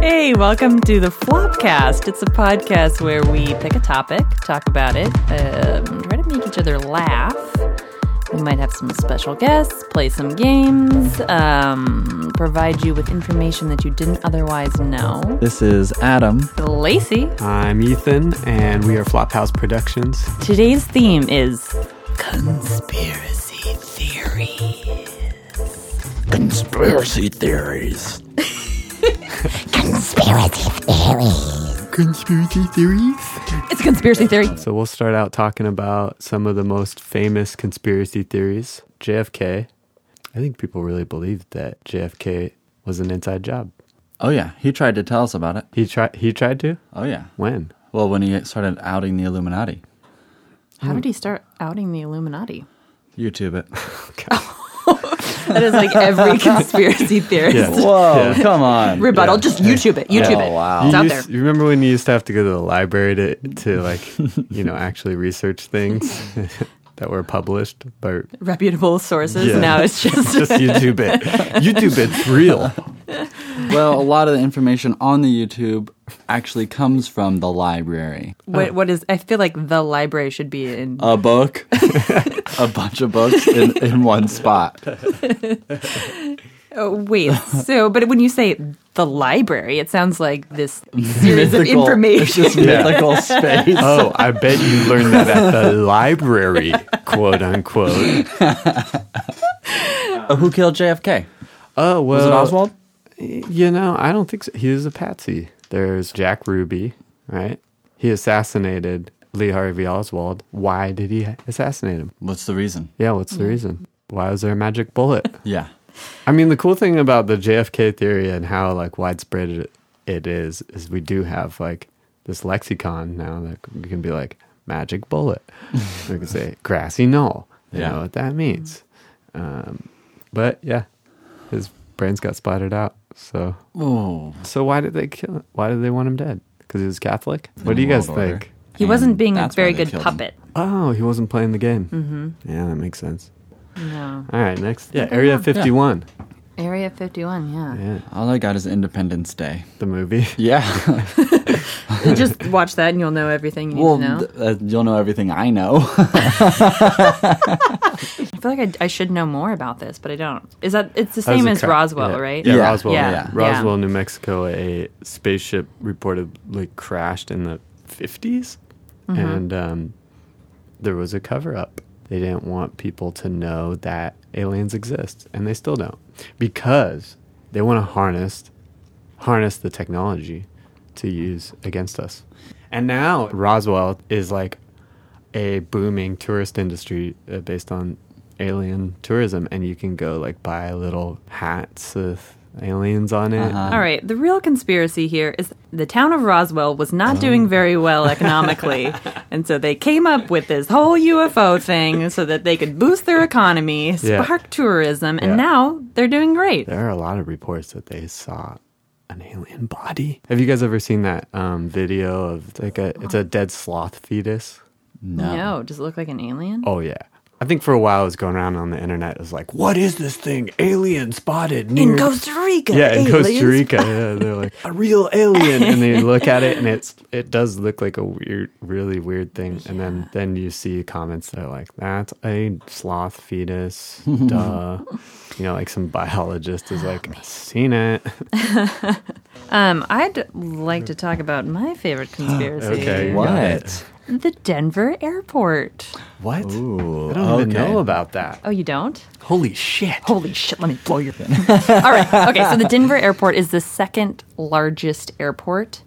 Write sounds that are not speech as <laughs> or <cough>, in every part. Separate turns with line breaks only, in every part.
Hey, welcome to the Flopcast. It's a podcast where we pick a topic, talk about it, um, try to make each other laugh. We might have some special guests, play some games, um, provide you with information that you didn't otherwise know.
This is Adam.
Lacey,
I'm Ethan, and we are Flophouse Productions.
today's theme is conspiracy theory.
Conspiracy theories.
Conspiracy theories?
It's a conspiracy theory.
So we'll start out talking about some of the most famous conspiracy theories. JFK. I think people really believed that JFK was an inside job.
Oh yeah, he tried to tell us about it.
He tried. He tried to.
Oh yeah.
When?
Well, when he started outing the Illuminati,
How did he start outing the Illuminati?
YouTube it.
<laughs>
That is like <laughs> every conspiracy theorist.
<laughs> Whoa, come on.
Rebuttal, just YouTube it. YouTube
Oh,
it.
wow.
It's
You
out there.
used- you remember when you used to have to go to the library to, to like, you know, actually research things <laughs> that were published?
<laughs>
But
reputable sources.
Yeah.
Now it's just,
<laughs>
just YouTube it. YouTube it's real.
well, a lot of the information on the YouTube actually comes from the library.
what, what is. I feel like the library should be in.
A book, <laughs> a bunch of books in, in one <laughs> spot.
oh, wait. So, but when you say the library, it sounds like
<laughs>
this series of
Mythical- It's
information.
just <laughs> mythical space.
Oh, I bet you learned that at the library, quote unquote.
Uh, who killed JFK?
Oh well,
Was it Oswald?
You know, I don't think so. he was a patsy. There's Jack Ruby, right? He assassinated Lee Harvey Oswald. Why did he assassinate him?
What's the reason?
Yeah, what's
Mm.
the reason? Why was there a magic bullet?
Yeah.
I mean, the cool thing about the JFK theory and how like widespread it, it is is we do have like this lexicon now that we can be like magic <laughs> bullet. we can say grassy knoll. You
Yeah.
know what that means. Um, but yeah, his brains got splattered out. So
Oh,
so why did they kill him? Why did they want him dead? Because he was Catholic. What do you guys
World order.
think?
he wasn't
And
being a
that's why
very
they
good
killed him.
puppet.
Oh, he wasn't playing the game. Mm-hmm. Yeah, that makes sense.
No.
All right, next. Yeah, Area 51.
Area 51, yeah.
Yeah,
All I got is Independence Day.
the movie.
<laughs>
<laughs>
Yeah.
just watch that and you'll know everything you need
Well,
to know.
th- uh, you'll know everything I know.
I feel like I, I should know more about this, but I don't. Is that It's the
That was
same
a
as
cra-
Roswell,
yeah.
right?
Yeah,
Yeah.
Roswell.
Yeah.
Yeah.
Roswell, New Mexico. A spaceship reportedly crashed in the 50s,
Mm-hmm.
and um, there was a cover up. They didn't want people to know that aliens exist, and they still don't, because they want to harness harness the technology to use against us. And now Roswell is like a booming tourist industry uh, based on alien tourism, and you can go like buy little hats with aliens on it.
Uh-huh.
All right, the real conspiracy here is the town of Roswell was not
Oh.
doing very well
<laughs>
economically. and so they came up with this whole UFO thing so that they could boost their economy,
Yeah.
spark tourism, and
Yeah.
now they're doing great.
There are a lot of reports that they saw an alien body. Have you guys ever seen that um, video of like a it's a dead sloth fetus?
no.
No, does it look like an alien?
Oh yeah. I think for a while it was going around on the internet. It was like, what is this thing? Alien spotted near
Rica.
yeah, in Costa Rica. <laughs> Yeah, they're like a real alien, <laughs> and they look at it, and it's it does look like a weird, really weird thing. And then then you see comments that are like, "That's a sloth <laughs> fetus." duh. You know, like some biologist is like, "Seen it."
Um, I'd like to talk about my favorite conspiracy.
<gasps> Okay.
What?
Got it.
The Denver airport.
What?
Ooh,
I don't even
okay.
know about that.
Oh, you don't?
Holy shit!
Holy shit, let me blow your pin. <laughs> All right. Okay, so the Denver airport is the second largest airport,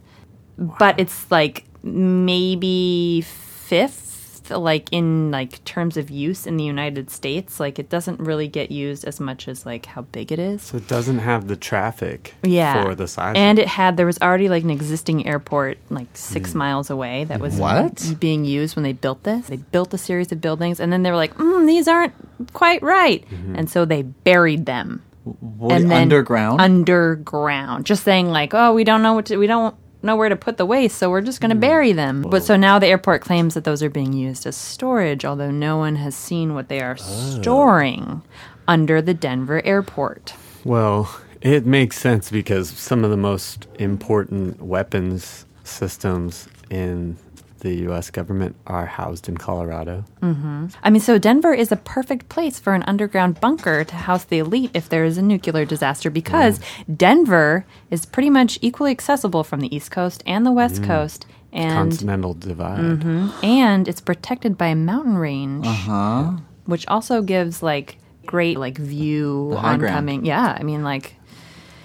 but it's like maybe fifth like in like terms of use in the United States. Like it doesn't really get used as much as like how big it is.
So it doesn't have the traffic
Yeah.
for the size.
And it had there was already like an existing airport like 6
Hmm.
miles away that was
What?
being used when they built this. They built a series of buildings and then they were like, mm, these aren't quite right."
Mm-hmm.
And so they buried them.
Wait, underground?
underground just saying like oh we don't know what to, we don't know where to put the waste so we're just going to bury them but so now the airport claims that those are being used as storage although no one has seen what they are storing under the denver airport
well, It makes sense because some of the most important weapons systems in the U.S. government are housed in Colorado.
I mean, so Denver is a perfect place for an underground bunker to house the elite if there is a nuclear disaster because Denver is pretty much equally accessible from the East Coast and the West Coast. And, Mm-hmm,
Continental divide.
and it's protected by a mountain range,
Uh-huh.
which also gives like great like view
The high ground.
oncoming. Yeah, I mean like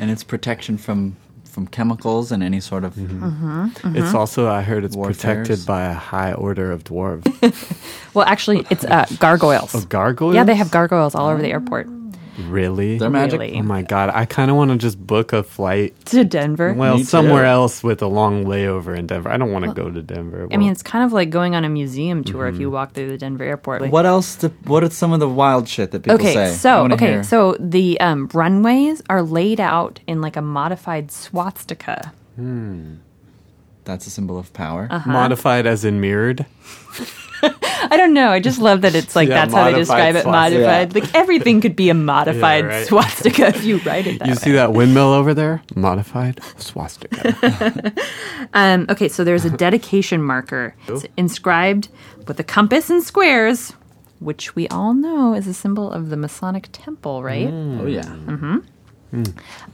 and it's protection from from chemicals and any sort of
Mm-hmm.
It's also, I heard, it's
Warfares.
protected by a high order of dwarves.
well actually it's uh, gargoyles.
of gargoyles.
Yeah, they have gargoyles all over the airport
really.
They're magic.
Really?
Oh my god! I kind of want to just book a flight.
to Denver.
Well,
Me
somewhere
too.
else with a long layover in Denver. I don't want to go to Denver.
I
Well,
mean, it's kind of like going on a museum tour if you walk through the Denver airport. Like-
Mm-hmm. What else? Do, what are some of the wild shit that people
okay,
say? I
so
wanna
okay,
hear.
so the um, runways are laid out in like a modified swastika.
that's a symbol of power.
Uh,
modified as in mirrored.
I don't know. I just love that it's like
Yeah,
that's how they
modified
describe it.
swastika.
Modified, like everything could be a modified
right.
swastika if you write it that
You
way.
see that windmill over there? Modified <laughs> swastika.
Um, okay, so there's a dedication marker. It's inscribed with a compass and squares, which we all know is a symbol of the Masonic temple, right?
Mm.
oh yeah,
mm-hmm.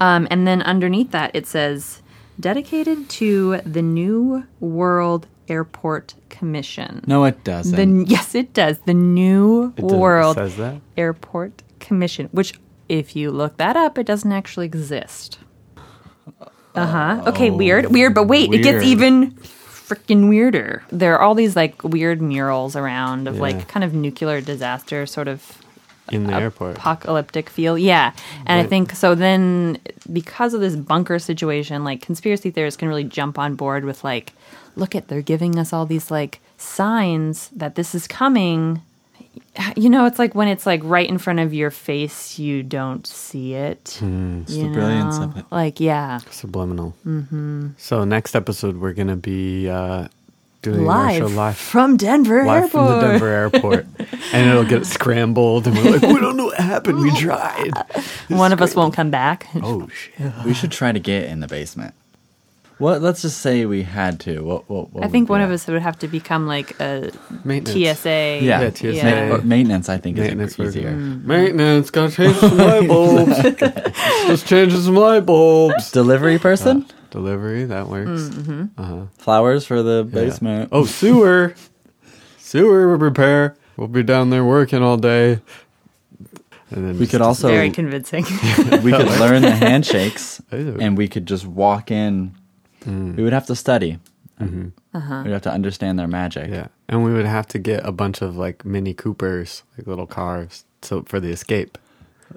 Um, and then underneath that, it says dedicated to the New World Airport Commission.
no, it doesn't.
The, yes, it does. The New
doesn't- it
World
says that?
Airport Commission, which, if you look that up, it doesn't actually exist. Uh huh. Okay, weird. Weird, but wait, it
weird.
gets even freaking weirder. There are all these like weird murals around of like kind of nuclear disaster sort of
in the airport.
apocalyptic feel. Yeah. And I think so then because of this bunker situation, like conspiracy theorists can really jump on board with like, look at they're giving us all these like signs that this is coming. You know, it's like when it's like right in front of your face, you don't see it.
Hmm, it's the brilliance of it.
Like, yeah.
Subliminal. Mm-hmm. So next episode, we're gonna be uh, doing our
Live,
show live.
from Denver
Live
Airport.
from the Denver airport, and it'll get scrambled, and we're like, "We don't know what happened. We
<laughs>
tried."
<laughs> One of us won't come
<laughs>
back.
Oh shit!
We should try to get in the basement. What? Let's just say we had to. What? what, what
I
would
think
we
one
do?
of us would have to become like a
Maintenance.
TSA.
Yeah,
Yeah,
ma-
TSA.
but Maintenance, I think,
Maintenance
is easier.
easier. Maintenance, gotta change
<laughs>
some light bulbs. Just changing some light bulbs.
Delivery
Mm.
person,
Delivery, that works.
Mm-hmm. flowers for the
Yeah.
basement.
Oh, sewer. sewer repair. We'll be down there working all day. And then
we
just-
could also
Very convincing.
<laughs> we could learn the
<laughs>
handshakes
Ooh.
and we could just walk in.
Mm.
We would have to study.
Uh-huh.
We'd have to understand their magic.
Mm-hmm. Yeah. And we would have to get a bunch of like Mini Coopers, like little cars, so for the escape.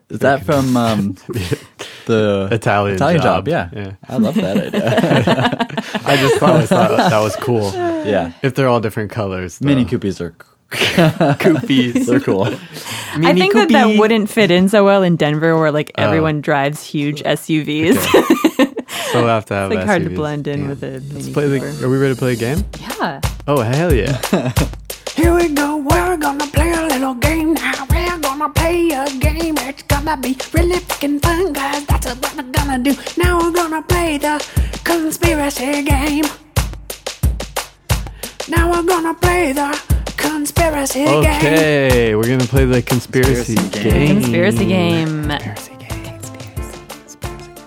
Is that from
<laughs>
um, the
Italian
Italian job?
Job.
yeah.
Yeah.
I love that
<laughs>
idea.
I just thought, I thought that was cool.
<laughs> yeah,
If they're all different colors.
mini
though.
coopies are <laughs>
Coopies.
they're
<laughs>
cool.
I
Mini
think that that
Coopy.
wouldn't fit in so well in Denver, where
Oh.
like everyone drives huge SUVs. <laughs> it's
So we'll have to have
like hard to
SUVs.
blend in
Damn.
with a mini
Let's play the,
Cooper.
are we ready to play a game?
Yeah.
Oh, hell yeah.
Here we go, we're gonna play a little game now. We're gonna play a game, it's gonna be really freaking fun, guys. That's what we're gonna do. Now we're gonna play the conspiracy game. Now we're gonna play the conspiracy game.
Okay, we're gonna play the conspiracy,
Conspiracy game.
game.
Conspiracy game.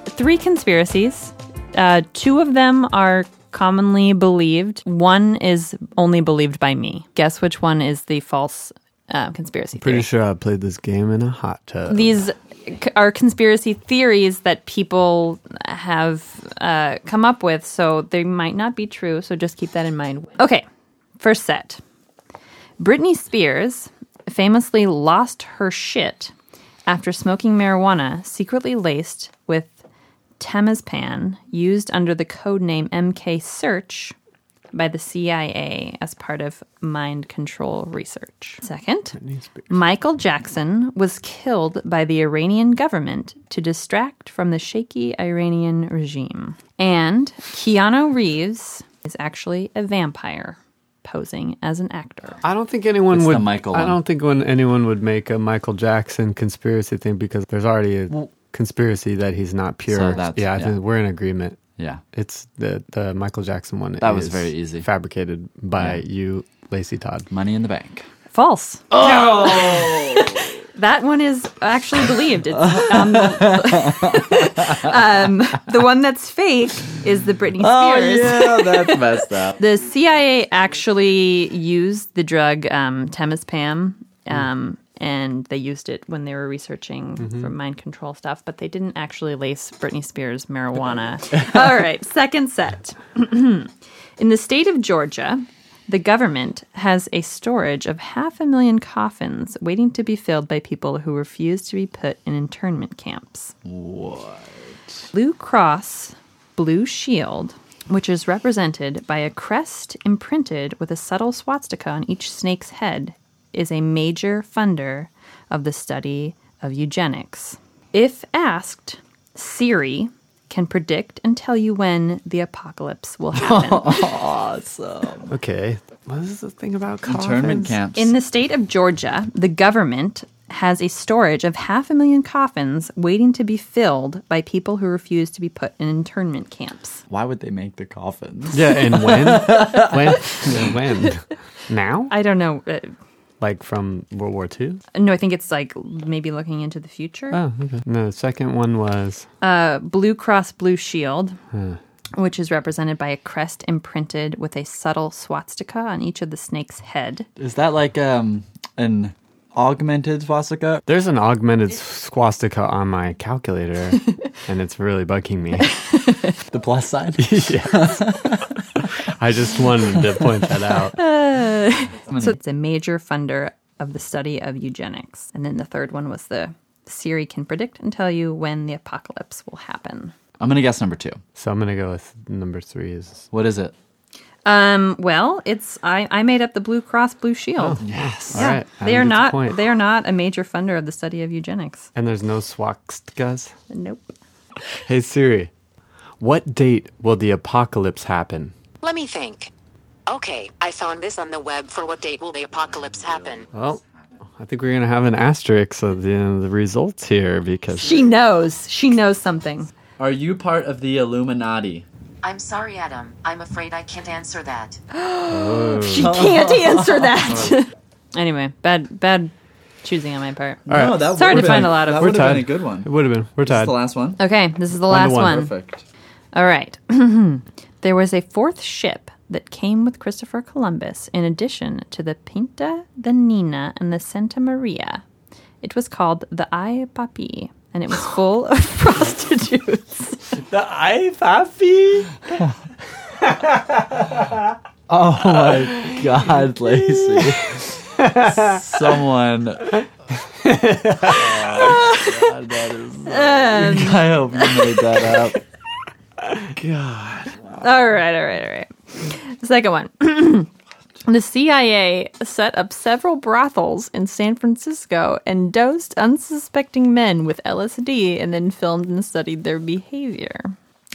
Three conspiracies. Uh, two of them are commonly believed. One is only believed by me. Guess which one is the false uh, conspiracy
Pretty
theory?
sure I played this game in a hot tub.
These c- are conspiracy theories that people have uh, come up with, so they might not be true, so just keep that in mind. Okay, first set. Britney Spears famously lost her shit after smoking marijuana secretly laced with temazpan used under the code name MK Search by the CIA as part of mind control research. Second, Michael Jackson was killed by the Iranian government to distract from the shaky Iranian regime. And Keanu Reeves is actually a vampire posing as an actor.
I don't think anyone
It's the
would.
Michael
I
one.
don't think when anyone would make a Michael Jackson conspiracy thing because there's already a conspiracy that he's not pure.
So that's-
yeah, I
yeah.
think we're in agreement.
Yeah.
It's the the Michael Jackson one.
That was
is
very easy.
Fabricated by
Yeah.
you, Lacey Todd.
Money in the bank.
False. Oh! <laughs> that one is actually believed. It's, um, <laughs> um, the one that's fake is the Britney Spears.
Oh,
Oh, that's messed up.
The CIA actually used the drug um, temazepam, um, and they used it when they were researching for mind control stuff. But they didn't actually lace Britney Spears marijuana. All right, second set. <clears throat> In the state of Georgia, the government has a storage of half a million coffins waiting to be filled by people who refuse to be put in internment camps. Blue Cross Blue Shield, which is represented by a crest imprinted with a subtle swastika on each snake's head, is a major funder of the study of eugenics. If asked, Siri can predict and tell you when the apocalypse <laughs> will happen.
Okay. What is <laughs> the thing about coffins?
Internment camps.
In the state of Georgia, the government has a storage of half a million coffins waiting to be filled by people who refuse to be put in internment camps.
Why would they make the coffins?
Yeah, and
<laughs>
when? when? Yeah, when? Now?
I don't know. uh,
Like from World War II?
No, I think it's like maybe looking into the future. Uh,
Oh, okay. No, the second one was
Blue Cross Blue Shield,
Hmm.
which is represented by a crest imprinted with a subtle swastika on each of the snake's head.
Is that like um an augmented swastika?
there's an augmented swastika on my calculator, and it's really bugging me.
The plus
<laughs>
sign?
I just wanted to point that out.
So it's a major funder of the study of eugenics. And then the third one was the Siri can predict and tell you when the apocalypse will happen.
I'm gonna guess number two.
So I'm gonna go with number three is
What is it?
Um, well, it's I, I made up the Blue Cross Blue Shield.
Yes.
Oh, all right. I
They are
get the
not
point.
they are not a major funder of the study of eugenics.
And there's no swastikas.
Nope.
Hey Siri, what date will the apocalypse happen?
Let me think. Okay, I found this on the web for what date will the apocalypse happen?
Well, I think we're gonna have an asterisk of the, the results here because
She knows. She knows something.
Are you part of the Illuminati?
I'm sorry, Adam. I'm afraid I can't answer that.
She can't answer <laughs> that. Oh. anyway, bad bad choosing on my part.
No, that
Sorry to
would've
find
been-
a lot of-
That
We're
would have been a
tied.
good one.
it would have been we're
This is
tied.
the last
<laughs>
one.
Okay, this is the
One
last
to
one.
one.
Perfect.
All right. <clears throat> there was a fourth ship that came with Christopher Columbus in addition to the Pinta, the Nina, and the Santa Maria. It was called the Ay Papi, and it was full of <laughs> prostitutes.
The eye papi.
Oh God,
<laughs>
Lacey. Someone. God, that is.
<laughs> Um,
I hope you made that up.
All right, all right, all right. Second one. <clears throat> the CIA set up several brothels in San Francisco and dosed unsuspecting men with LSD and then filmed and studied their behavior.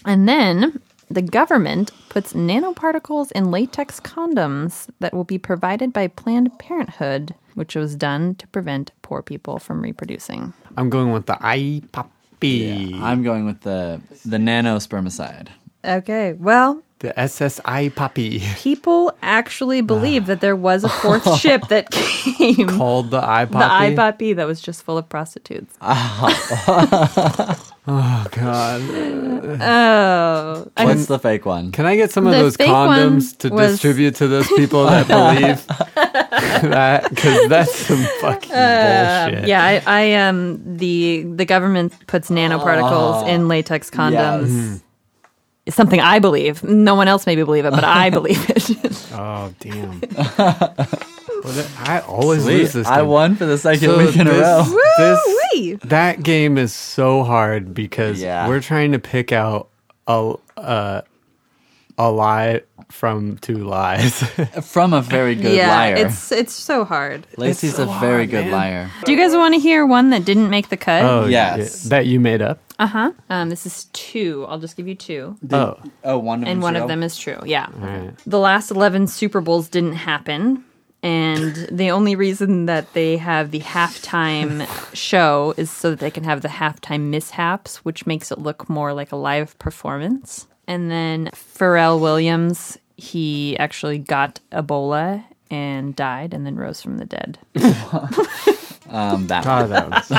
And then the government puts nanoparticles in latex condoms that will be provided by Planned Parenthood, which was done to prevent poor people from reproducing.
I'm going with the eye papi.
<laughs> I'm going with the the nano spermicide.
Okay, well,
The SSI papi
people actually believe that there was a <laughs> fourth ship that came.
called the eye
The
papi.
IBOP that was just full of prostitutes.
oh god.
Oh, I
What's the fake one?
Can I get some of
The
those
fake one
condoms to
was-
distribute to those people
<laughs>
that believe that? Because that's some fucking bullshit.
Uh, yeah, I, I um the the government puts nanoparticles in latex condoms. It's something I believe. No one else maybe believe it, but I believe it.
Oh damn. <laughs> Well, that- I always
Wait,
lose this.
I
game.
won for the second
So
week in a
this-
<laughs> row.
this-
Woo-wee.
that game is so hard because
Yeah.
we're trying to pick out a uh, a lie from two lies. <laughs>
From a very good
<laughs> yeah,
liar.
it's it's so hard.
Lacey's a very good liar.
Do you guys want to hear one that didn't make the cut?
Yes.
yeah, Oh, that you made up.
Uh huh. Um, this is two. I'll just give you two,
oh,
Oh, one of
and one of them is true. Yeah. The last eleven Super Bowls didn't happen. And the only reason that they have the halftime show is so that they can have the halftime mishaps, which makes it look more like a live performance. And then Pharrell Williams, he actually got Ebola and died and then rose from the dead.
Um, that
God, that was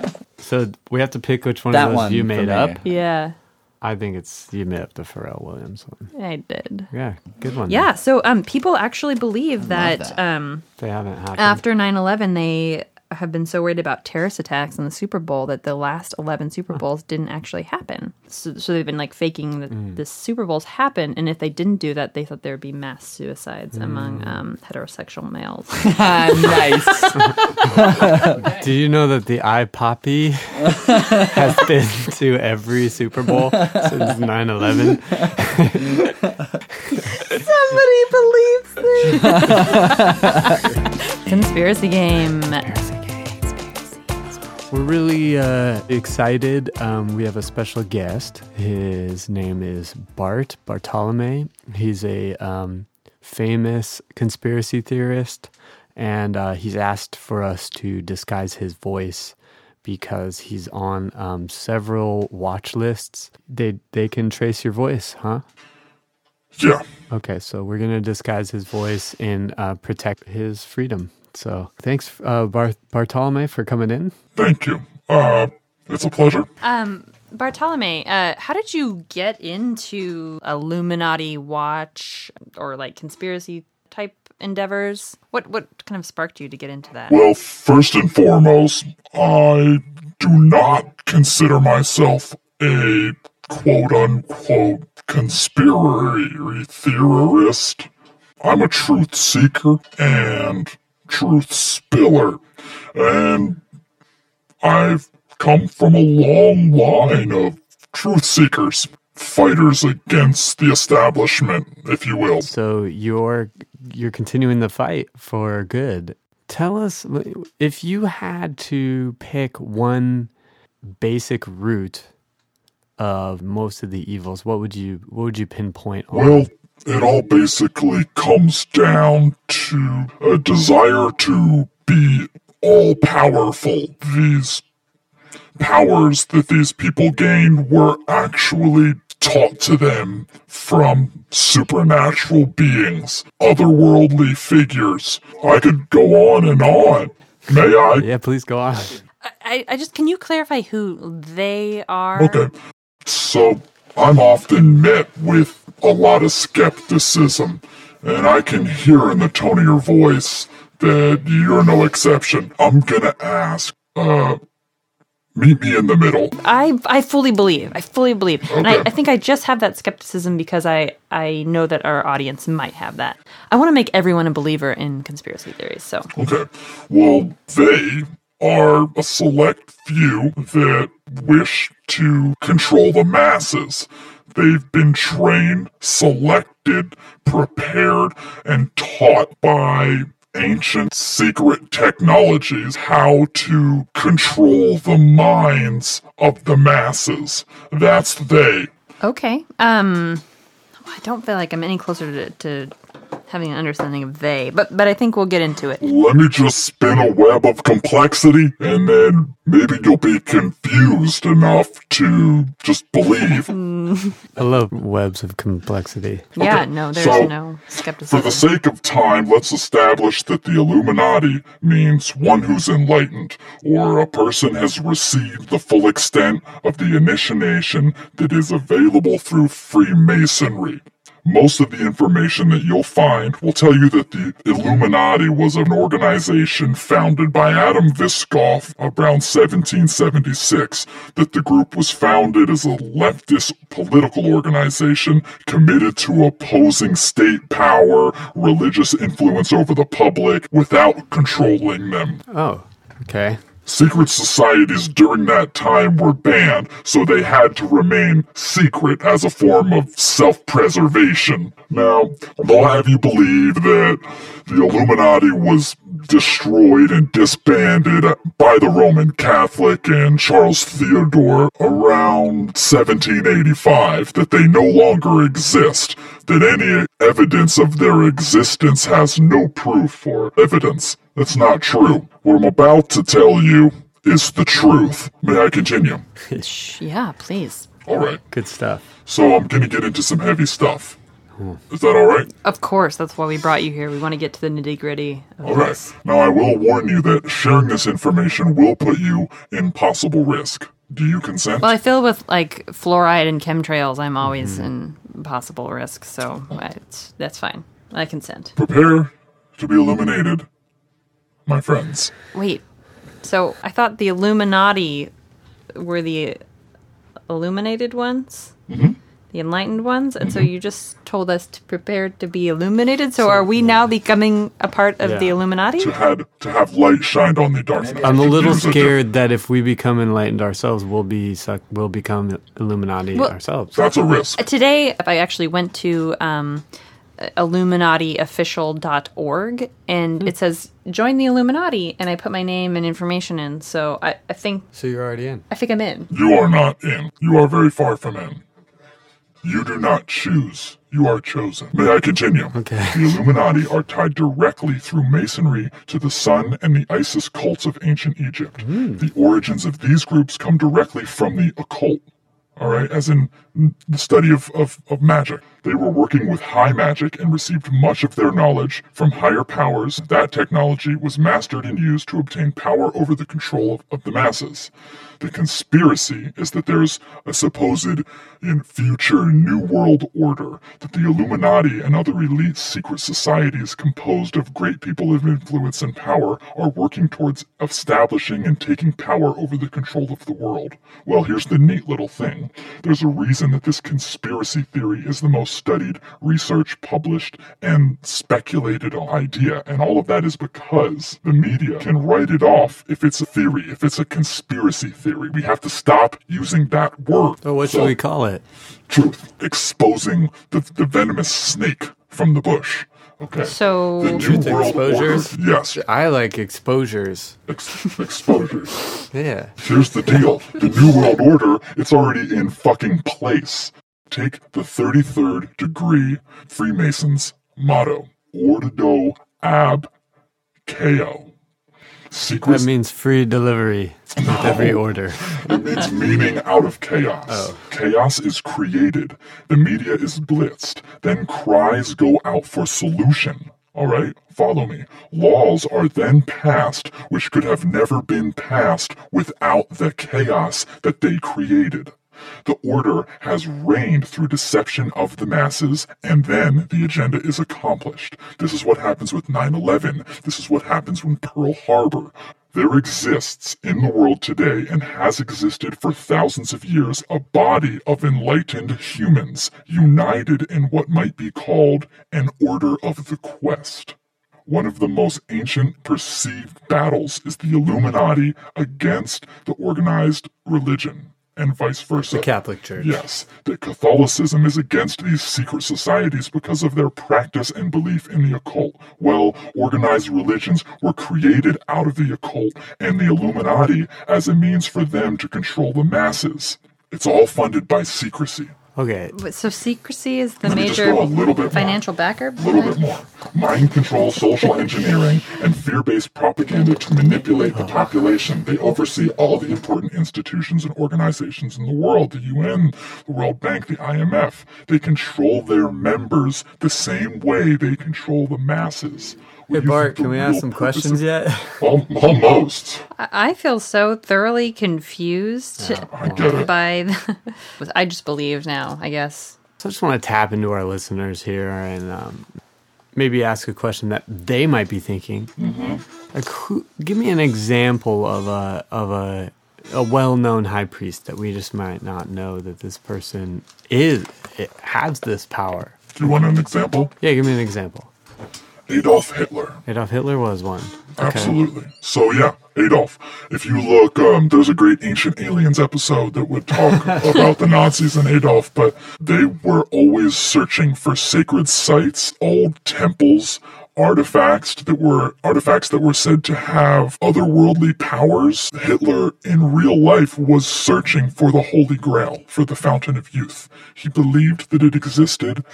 <laughs> one. Jesus.
So we have to pick which one
That
of
one
those you
for
made
me.
up.
Yeah,
I think it's you made up the Pharrell Williams one.
I did.
Yeah, good one.
Yeah, so um, people actually believe that,
that.
Um,
they haven't happened.
after 9 11, they have been so worried about terrorist attacks in the Super Bowl that the last 11 Super Bowls didn't actually happen. So, so they've been like faking that the Super Bowls happen. And if they didn't do that, they thought there would be mass suicides among um, heterosexual males. Uh,
nice.
Do you know that the
<laughs>
eye poppy has been to every Super Bowl since 9/11?
Somebody believes this. <laughs> Conspiracy game.
We're really uh, excited. Um, we have a special guest. His name is Bart Bartolome. He's a um, famous conspiracy theorist, and uh, he's asked for us to disguise his voice because he's on um, several watch lists. They they can trace your voice, huh?
Yeah.
Okay, so we're gonna disguise his voice and uh, protect his freedom. So thanks, uh, Bar- Bartolome, for coming in.
Thank you. Uh, it's a pleasure.
Bartolome, uh, how did you get into Illuminati watch or like conspiracy type endeavors? What what kind of sparked you to get into that?
Well, first and foremost, I do not consider myself a quote unquote conspiracy theorist. I'm a truth seeker and truth spiller. And I've come from a long line of truth seekers, fighters against the establishment, if you will.
So you're you're continuing the fight for good. Tell us if you had to pick one basic root of most of the evils. What would you what would you pinpoint on?
Well, it all basically comes down to a desire to be all powerful. These powers that these people gained were actually taught to them from supernatural beings, otherworldly figures. I could go on and on. May I?
yeah, please go on.
I, I just can you clarify who they are?
Okay. So I'm often met with a lot of skepticism, and I can hear in the tone of your voice that you're no exception. I'm gonna ask, uh, meet me in the middle.
I I fully believe. I fully believe, and I, I think I just have that skepticism because I I know that our audience might have that. I want to make everyone a believer in conspiracy theories. So
Okay. Well, they are a select few that wish to control the masses. They've been trained, selected, prepared, and taught by ancient secret technologies how to control the minds of the masses. That's they.
okay, um, I don't feel like I'm any closer to, to having an understanding of they, but but I think we'll get into it.
Let me just spin a web of complexity, and then maybe you'll be confused enough to just believe.
I love webs of complexity.
Yeah, no, there's
so-
no
For the
skepticism.
sake of time, let's establish that the Illuminati means one who's enlightened, or a person has received the full extent of the initiation that is available through Freemasonry. Most of the information that you'll find will tell you that the Illuminati was an organization founded by Adam Viskoff around 1776, that the group was founded as a leftist political organization committed to opposing state power, religious influence over the public without controlling them.
Oh, okay.
Secret societies during that time were banned, so they had to remain secret as a form of self preservation. Now, they'll have you believe that the Illuminati was destroyed and disbanded by the Roman Catholic and Charles Theodore around 1785, that they no longer exist. that any evidence of their existence has no proof for evidence. That's not true. What I'm about to tell you is the truth. May I continue?
Sh- Yeah, please.
All right.
Good stuff.
So I'm going to get into some heavy stuff.
Hmm.
Is that all right?
Of course, that's why we brought you here. We want to get to the nitty gritty.
All right. Now, I will warn you that sharing this information will put you in possible risk. Do you consent?
Well, I feel with like fluoride and chemtrails, I'm always in possible risk, so I, it's, that's fine. I consent.
Prepare to be illuminated, my friends.
Wait, so I thought the Illuminati were the illuminated ones, the enlightened ones, and so you just told us to prepare to be illuminated. So, are we now becoming a part of the
Yeah.
Illuminati?
To had to have light shined on the darkness.
I'm a little
Use
scared that if we become enlightened ourselves, we'll be suck, we'll become Illuminati
Well-
ourselves.
That's a risk.
Uh, Today, if I actually went to um, illuminatiofficial.org and it says join the Illuminati, and I put my name and information in. So I, I think
So you're already in.
I think I'm in.
You are not in. You are very far from in. You do not choose. You are chosen. May I continue? Okay. The Illuminati are tied directly through masonry to the sun and the Isis cults of ancient Egypt. The origins of these groups come directly from the occult. All right, as in the study of, of, of magic. They were working with high magic and received much of their knowledge from higher powers. That technology was mastered and used to obtain power over the control of, of the masses. The conspiracy is that there's a supposed in future New World Order, that the Illuminati and other elite secret societies composed of great people of influence and power are working towards establishing and taking power over the control of the world. Well, here's the neat little thing there's a reason that this conspiracy theory is the most studied, researched, published, and speculated idea, and all of that is because the media can write it off if it's a theory, if it's a conspiracy theory. We have to stop using that word.
So what should we call it?
Truth exposing the, the venomous snake from the bush. Okay.
So-
the new
Truth
world
exposures?
Order, yes,
I like exposures.
ex- exposures.
Yeah.
Here's the deal the New World Order, it's already in fucking place. Take the 33rd degree Freemasons motto Ordo ab Kao. Secret
That means free delivery with every order.
it means meaning out of chaos. Chaos is created. The media is blitzed. Then cries go out for solution. All right? Follow me. Laws are then passed which could have never been passed without the chaos that they created. The order has reigned through deception of the masses, and then the agenda is accomplished. This is what happens with 9 11. This is what happens when Pearl Harbor. There exists in the world today and has existed for thousands of years a body of enlightened humans united in what might be called an order of the quest. One of the most ancient perceived battles is the Illuminati against the organized religion and vice versa.
Catholic Church.
Yes, that Catholicism is against these secret societies because of their practice and belief in the occult. Well, organized religions were created out of the occult and the Illuminati as a means for them to control the masses. It's all funded by secrecy.
Okay.
But So secrecy is the
Let me just
major
go a little bit more.
financial backer.
A little bit more. Mind control, social engineering, and fear based propaganda to manipulate the population. They oversee all the important institutions and organizations in the world the UN, the World Bank, the IMF. They control their members the same way they control the masses.
Hey, Bart, can we ask some
<laughs>
questions
Yeah.
yet?
Almost.
I I feel so thoroughly confused
I get it.
by. The, <laughs> I just believe now. I guess.
So I just want to tap into our listeners here and um, maybe ask a question that they might be thinking. Like, who, give me an example of a of a a well-known high priest that we just might not know that this person is it has this power.
Do you want an example?
Yeah, give me an example.
Adolf Hitler.
Adolf Hitler was one.
Absolutely. So yeah, Adolf. If you look, um, there's a great Ancient Aliens episode that would talk about the Nazis and Adolf, but they were always searching for sacred sites, old temples, artifacts that were artifacts that were said to have otherworldly powers. Hitler in real life was searching for the Holy Grail, for the Fountain of Youth. He believed that it existed,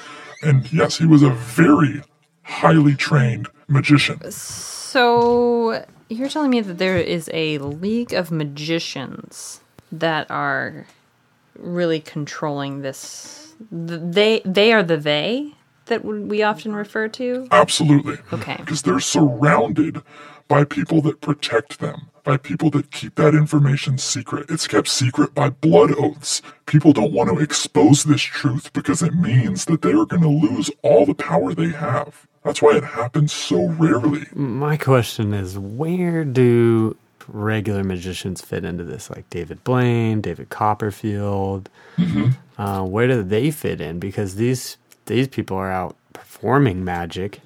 and yes, he was a very highly trained magician.
So you're telling me that there is a league of magicians that are really controlling this. th- They they are the they that w- we often refer to.
Absolutely.
Okay.
Because they're surrounded by people that protect them, by people that keep that information secret. It's kept secret by blood oaths. People don't want to expose this truth because it means that they're going to lose all the power they have. That's why it happens so rarely.
My question is where do regular magicians fit into this? Like David Blaine, David Copperfield. Uh, where do they fit in? Because these these people are out performing magic.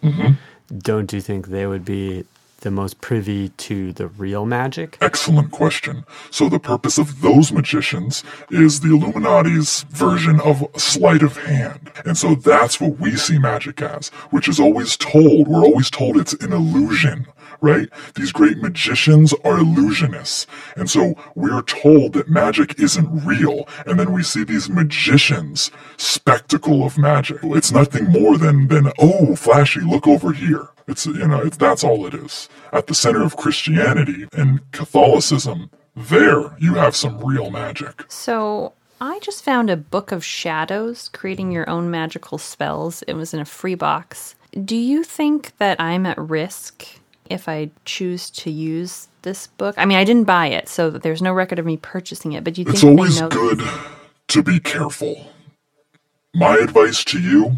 Don't you think they would be the most privy to the real magic?
Excellent question. So, the purpose of those magicians is the Illuminati's version of sleight of hand. And so, that's what we see magic as, which is always told, we're always told it's an illusion, right? These great magicians are illusionists. And so, we're told that magic isn't real. And then we see these magicians' spectacle of magic. It's nothing more than, than oh, flashy, look over here. It's you know, it's that's all it is. At the center of Christianity and Catholicism, there you have some real magic.
So I just found a book of shadows, creating your own magical spells. It was in a free box. Do you think that I'm at risk if I choose to use this book? I mean, I didn't buy it, so there's no record of me purchasing it. But do you
It's
think
always
they know
good to be careful. My advice to you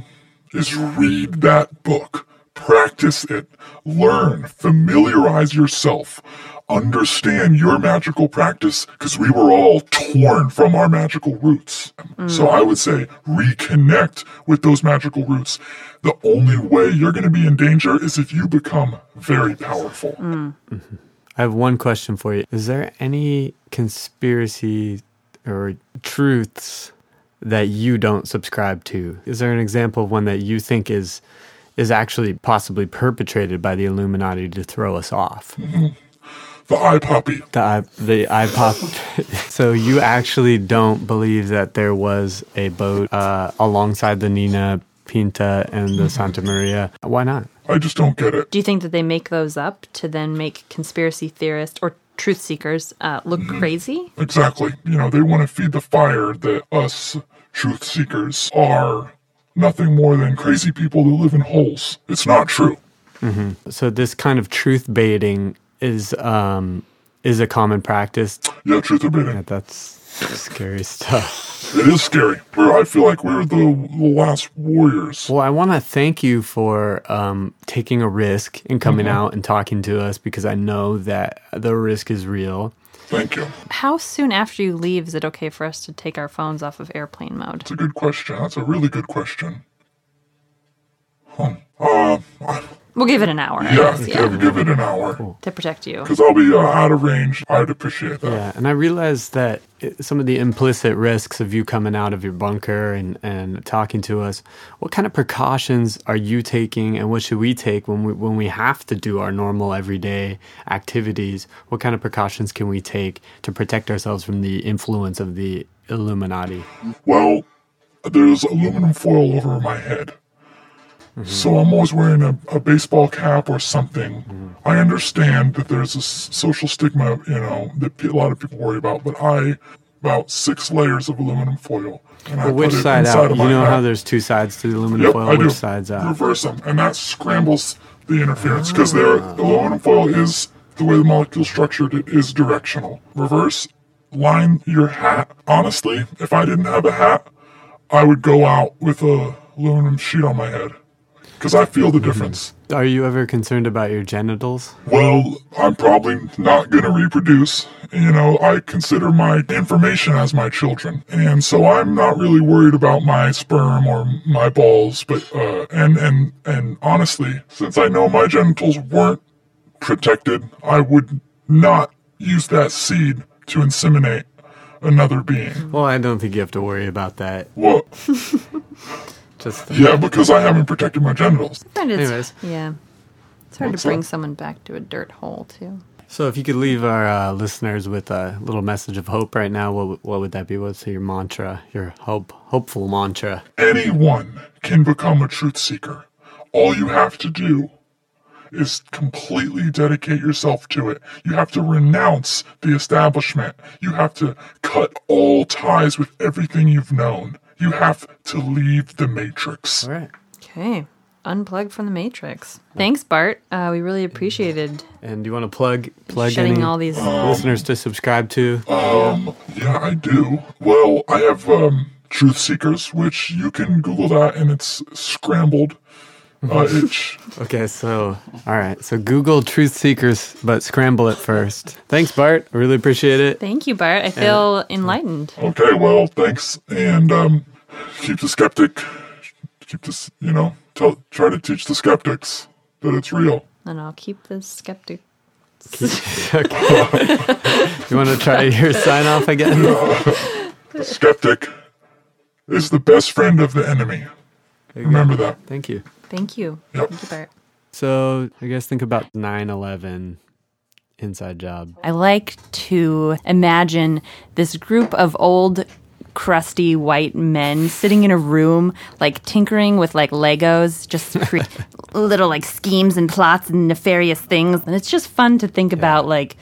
is read that book, practice it, learn, familiarize yourself, understand your magical practice, because we were all torn from our magical roots.
Mm.
So I would say reconnect with those magical roots. The only way you're going to be in danger is if you become very powerful.
Mm.
I have one question for you. Is there any conspiracy or truths that you don't subscribe to? Is there an example of one that you think is is actually possibly perpetrated by the Illuminati to throw us off?
The eye poppy.
The eye, the eye popped. <laughs> so you actually don't believe that there was a boat uh, alongside the Nina Pinta and the Santa Maria? Why not?
I just don't get it.
Do you think that they make those up to then make conspiracy theorists or truth seekers uh, look
Mm-hmm.
crazy?
Exactly. You know, they want to feed the fire that us truth seekers are nothing more than crazy people that live in holes. It's not true.
So this kind of truth baiting is um, is a common practice
Yeah, truth or bidding.
Yeah, that's scary stuff.
It is scary. We're, I feel like we're the, the last warriors.
Well, I want to thank you for um, taking a risk and coming out and talking to us because I know that the risk is real.
Thank you.
How soon after you leave is it okay for us to take our phones off of airplane mode?
That's a good question. That's a really good question. Huh. Uh,
We'll give it an hour I
yeah,
guess,
Give, give it an hour.
to protect you.
Because I'll be uh, out of range. I'd appreciate that.
Yeah, and I realize that it- some of the implicit risks of you coming out of your bunker and, and talking to us. What kind of precautions are you taking, and what should we take when we when we have to do our normal everyday activities? What kind of precautions can we take to protect ourselves from the influence of the Illuminati?
Well, there's aluminum foil over my head.
Mm-hmm.
So I'm always wearing a, a baseball cap or something.
Mm-hmm.
I understand that there's a s- social stigma, you know, that pe- a lot of people worry about, but I, about six layers of aluminum foil. And I
Well, which
put it
side
inside
out?
of
You
my
know
hat.
how there's two sides to the aluminum
Yep,
foil.
I do.
Which side's out?
Reverse them, and that scrambles the interference because their aluminum foil is the way the molecule's structured. It is directional. Reverse line your hat. Honestly, if I didn't have a hat, I would go out with a aluminum sheet on my head because I feel
Mm-hmm.
the difference.
Are you ever concerned about your genitals?
Well, I'm probably not going to reproduce. You know, I consider my information as my children. And so I'm not really worried about my sperm or my balls, but, uh, and, and, and honestly, since I know my genitals weren't protected, I would not use that seed to inseminate another being.
Well, I don't think you have to worry about that. uh,
Well, <laughs>
Just
yeah, because I haven't protected my genitals.
But it's-
Anyways.
yeah. It's hard
What's
to bring
up?
someone back to a dirt hole, too.
So, if you could leave our uh, listeners with a little message of hope right now, what, would- what would that be? What's your mantra, your hope, hopeful mantra?
Anyone can become a truth seeker. All you have to do is completely dedicate yourself to it. You have to renounce the establishment. You have to cut all ties with everything you've known. You have to leave the matrix.
All right.
Okay. Unplugged from the Matrix. Thanks, Bart. Uh, we really appreciated
And do you want to plug plug
shutting
any
all these.
listeners to subscribe to?
Yeah, I do. Well, I have um, Truth Seekers, which you can Google that and it's scrambled. Uh, itch.
Okay, so all right, so Google Truth Seekers, but scramble it first. Thanks, Bart. I really appreciate it.
Thank you, Bart. I feel enlightened.
Okay, well, thanks. And um, keep the skeptic, keep this, you know, tell, try to teach the skeptics that it's real.
And I'll keep the skeptic.
<laughs> You want to try your sign off again?
The skeptic is the best friend of the enemy. Remember that.
Thank you.
Thank you.
Yep.
Thank you, Bart.
So I guess think about 9/11 inside job.
I like to imagine this group of old crusty white men sitting in a room like tinkering with like Legos just
<laughs>
to create little like schemes and plots and nefarious things and it's just fun to think about like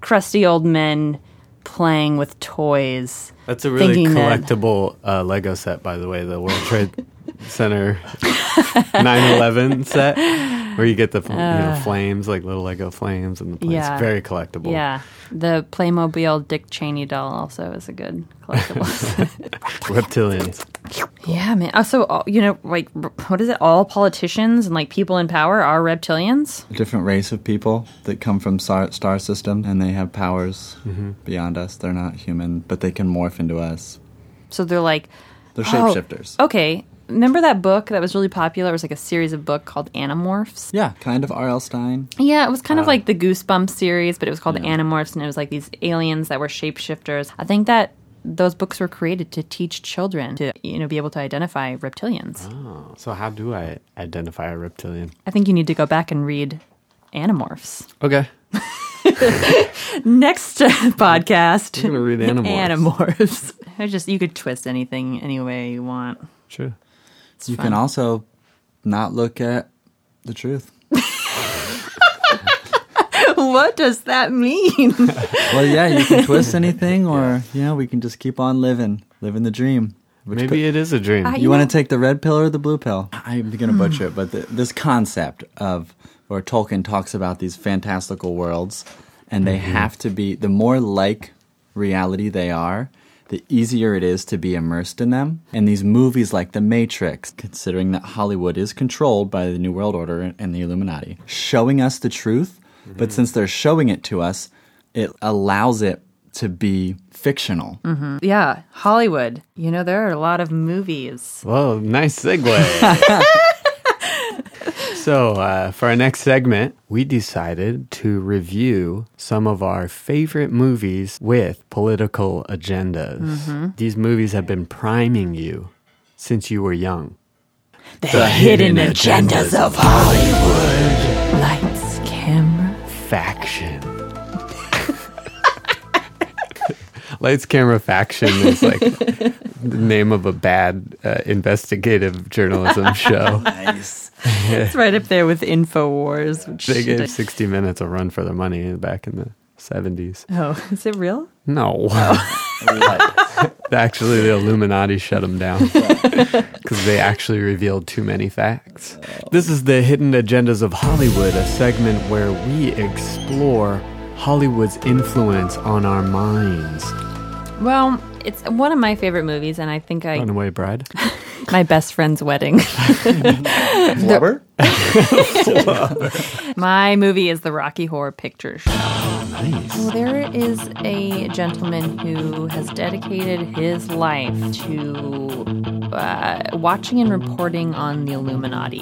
crusty old men playing with toys
That's a really
Thinking that-
collectible uh, Lego set, by the way, the World Trade Center <laughs> 9/11 set, where you get the fl- you know, flames, like little Lego flames, and the planes.
Uh. Yeah.
Very collectible.
yeah the Playmobil Dick Cheney doll also is a good collectible
<laughs> Reptilians.
yeah man also all- you know like r- what is it all politicians and like people in power are reptilians
A <laughs> different race of people that come from star, star system and they have powers beyond us. They're not human, but they can morph into us.
so they're like
They're
Oh,
shapeshifters.
okay. Remember that book that was really popular? It was like a series of book called Animorphs.
Yeah, kind of R.L. Stein.
Yeah, it was
Uh,
kind of like the Goosebumps series, but it was called Animorphs, and it was like these aliens that were shapeshifters. I think that those books were created to teach children to you know be able to identify reptilians.
So how do I identify a reptilian?
I think you need to go back and read Animorphs.
Okay.
<laughs> Next <laughs> podcast,
I'm gonna read animals.
Animorphs. <laughs> I just you could twist anything any way you want.
Sure.
You can also not look at the truth.
<laughs> what does that mean?
Well, yeah, you can <laughs> twist anything, or yeah, we can just keep on living, living the dream. Which
Maybe it is a dream.
I-
You want to take the red pill or the blue pill? I'm going to butcher it, but the, this concept of where Tolkien talks about these fantastical worlds, and they have to be the more like reality they are, the easier it is to be immersed in them. And these movies like The Matrix, considering that Hollywood is controlled by the New World Order and the Illuminati, showing us the truth, but since they're showing it to us, it allows it to be fictional.
yeah, Hollywood. You know there are a lot of movies
Whoa, nice segue. so, uh, for our next segment, we decided to review some of our favorite movies with political agendas. These movies have been priming you since you were young.
The hidden agendas of Hollywood. Lights, camera.
Faction. Lights, camera, faction is like the name of a bad uh, investigative journalism show.
It's right up there with InfoWars. Which
They gave 60 Minutes a run for their money back in the 70s.
<laughs> oh, is it real? <laughs>
No. <laughs> actually, the Illuminati shut them down
<laughs>
because they actually revealed too many facts. This is the Hidden Agendas of Hollywood, a segment where we explore Hollywood's influence on our minds.
Well, it's one of my favorite movies, and I think I
Runaway Bride.
my best friend's wedding. <laughs>
Flubber?
my movie is the Rocky Horror Picture Show.
Nice.
Oh, There is a gentleman who has dedicated his life to uh, watching and reporting on the Illuminati.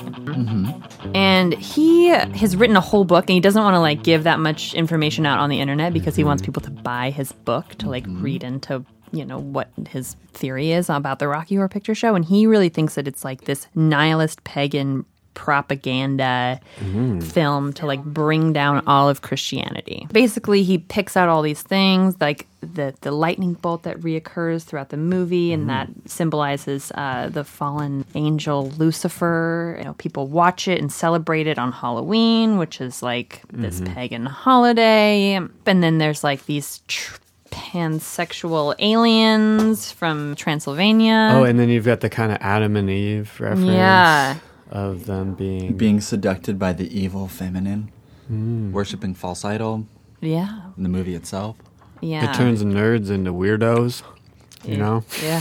and he has written a whole book and he doesn't want to like give that much information out on the internet because he wants people to buy his book to like read into you know what his theory is about the rocky horror picture show and he really thinks that it's like this nihilist pagan propaganda film to like bring down all of Christianity. Basically, he picks out all these things like the the lightning bolt that reoccurs throughout the movie, and that
Mm-hmm.
symbolizes uh, the fallen angel Lucifer. You know, people watch it and celebrate it on Halloween, which is like this
Mm-hmm.
pagan holiday. And then there's like these. Tr- Pansexual aliens from Transylvania.
Oh, and then you've got the kind of Adam and Eve reference
Yeah.
of them being,
Being seducted by the evil feminine, worshiping false idol
yeah,
in the movie itself.
yeah.
it turns nerds into weirdos. You know,
Yeah.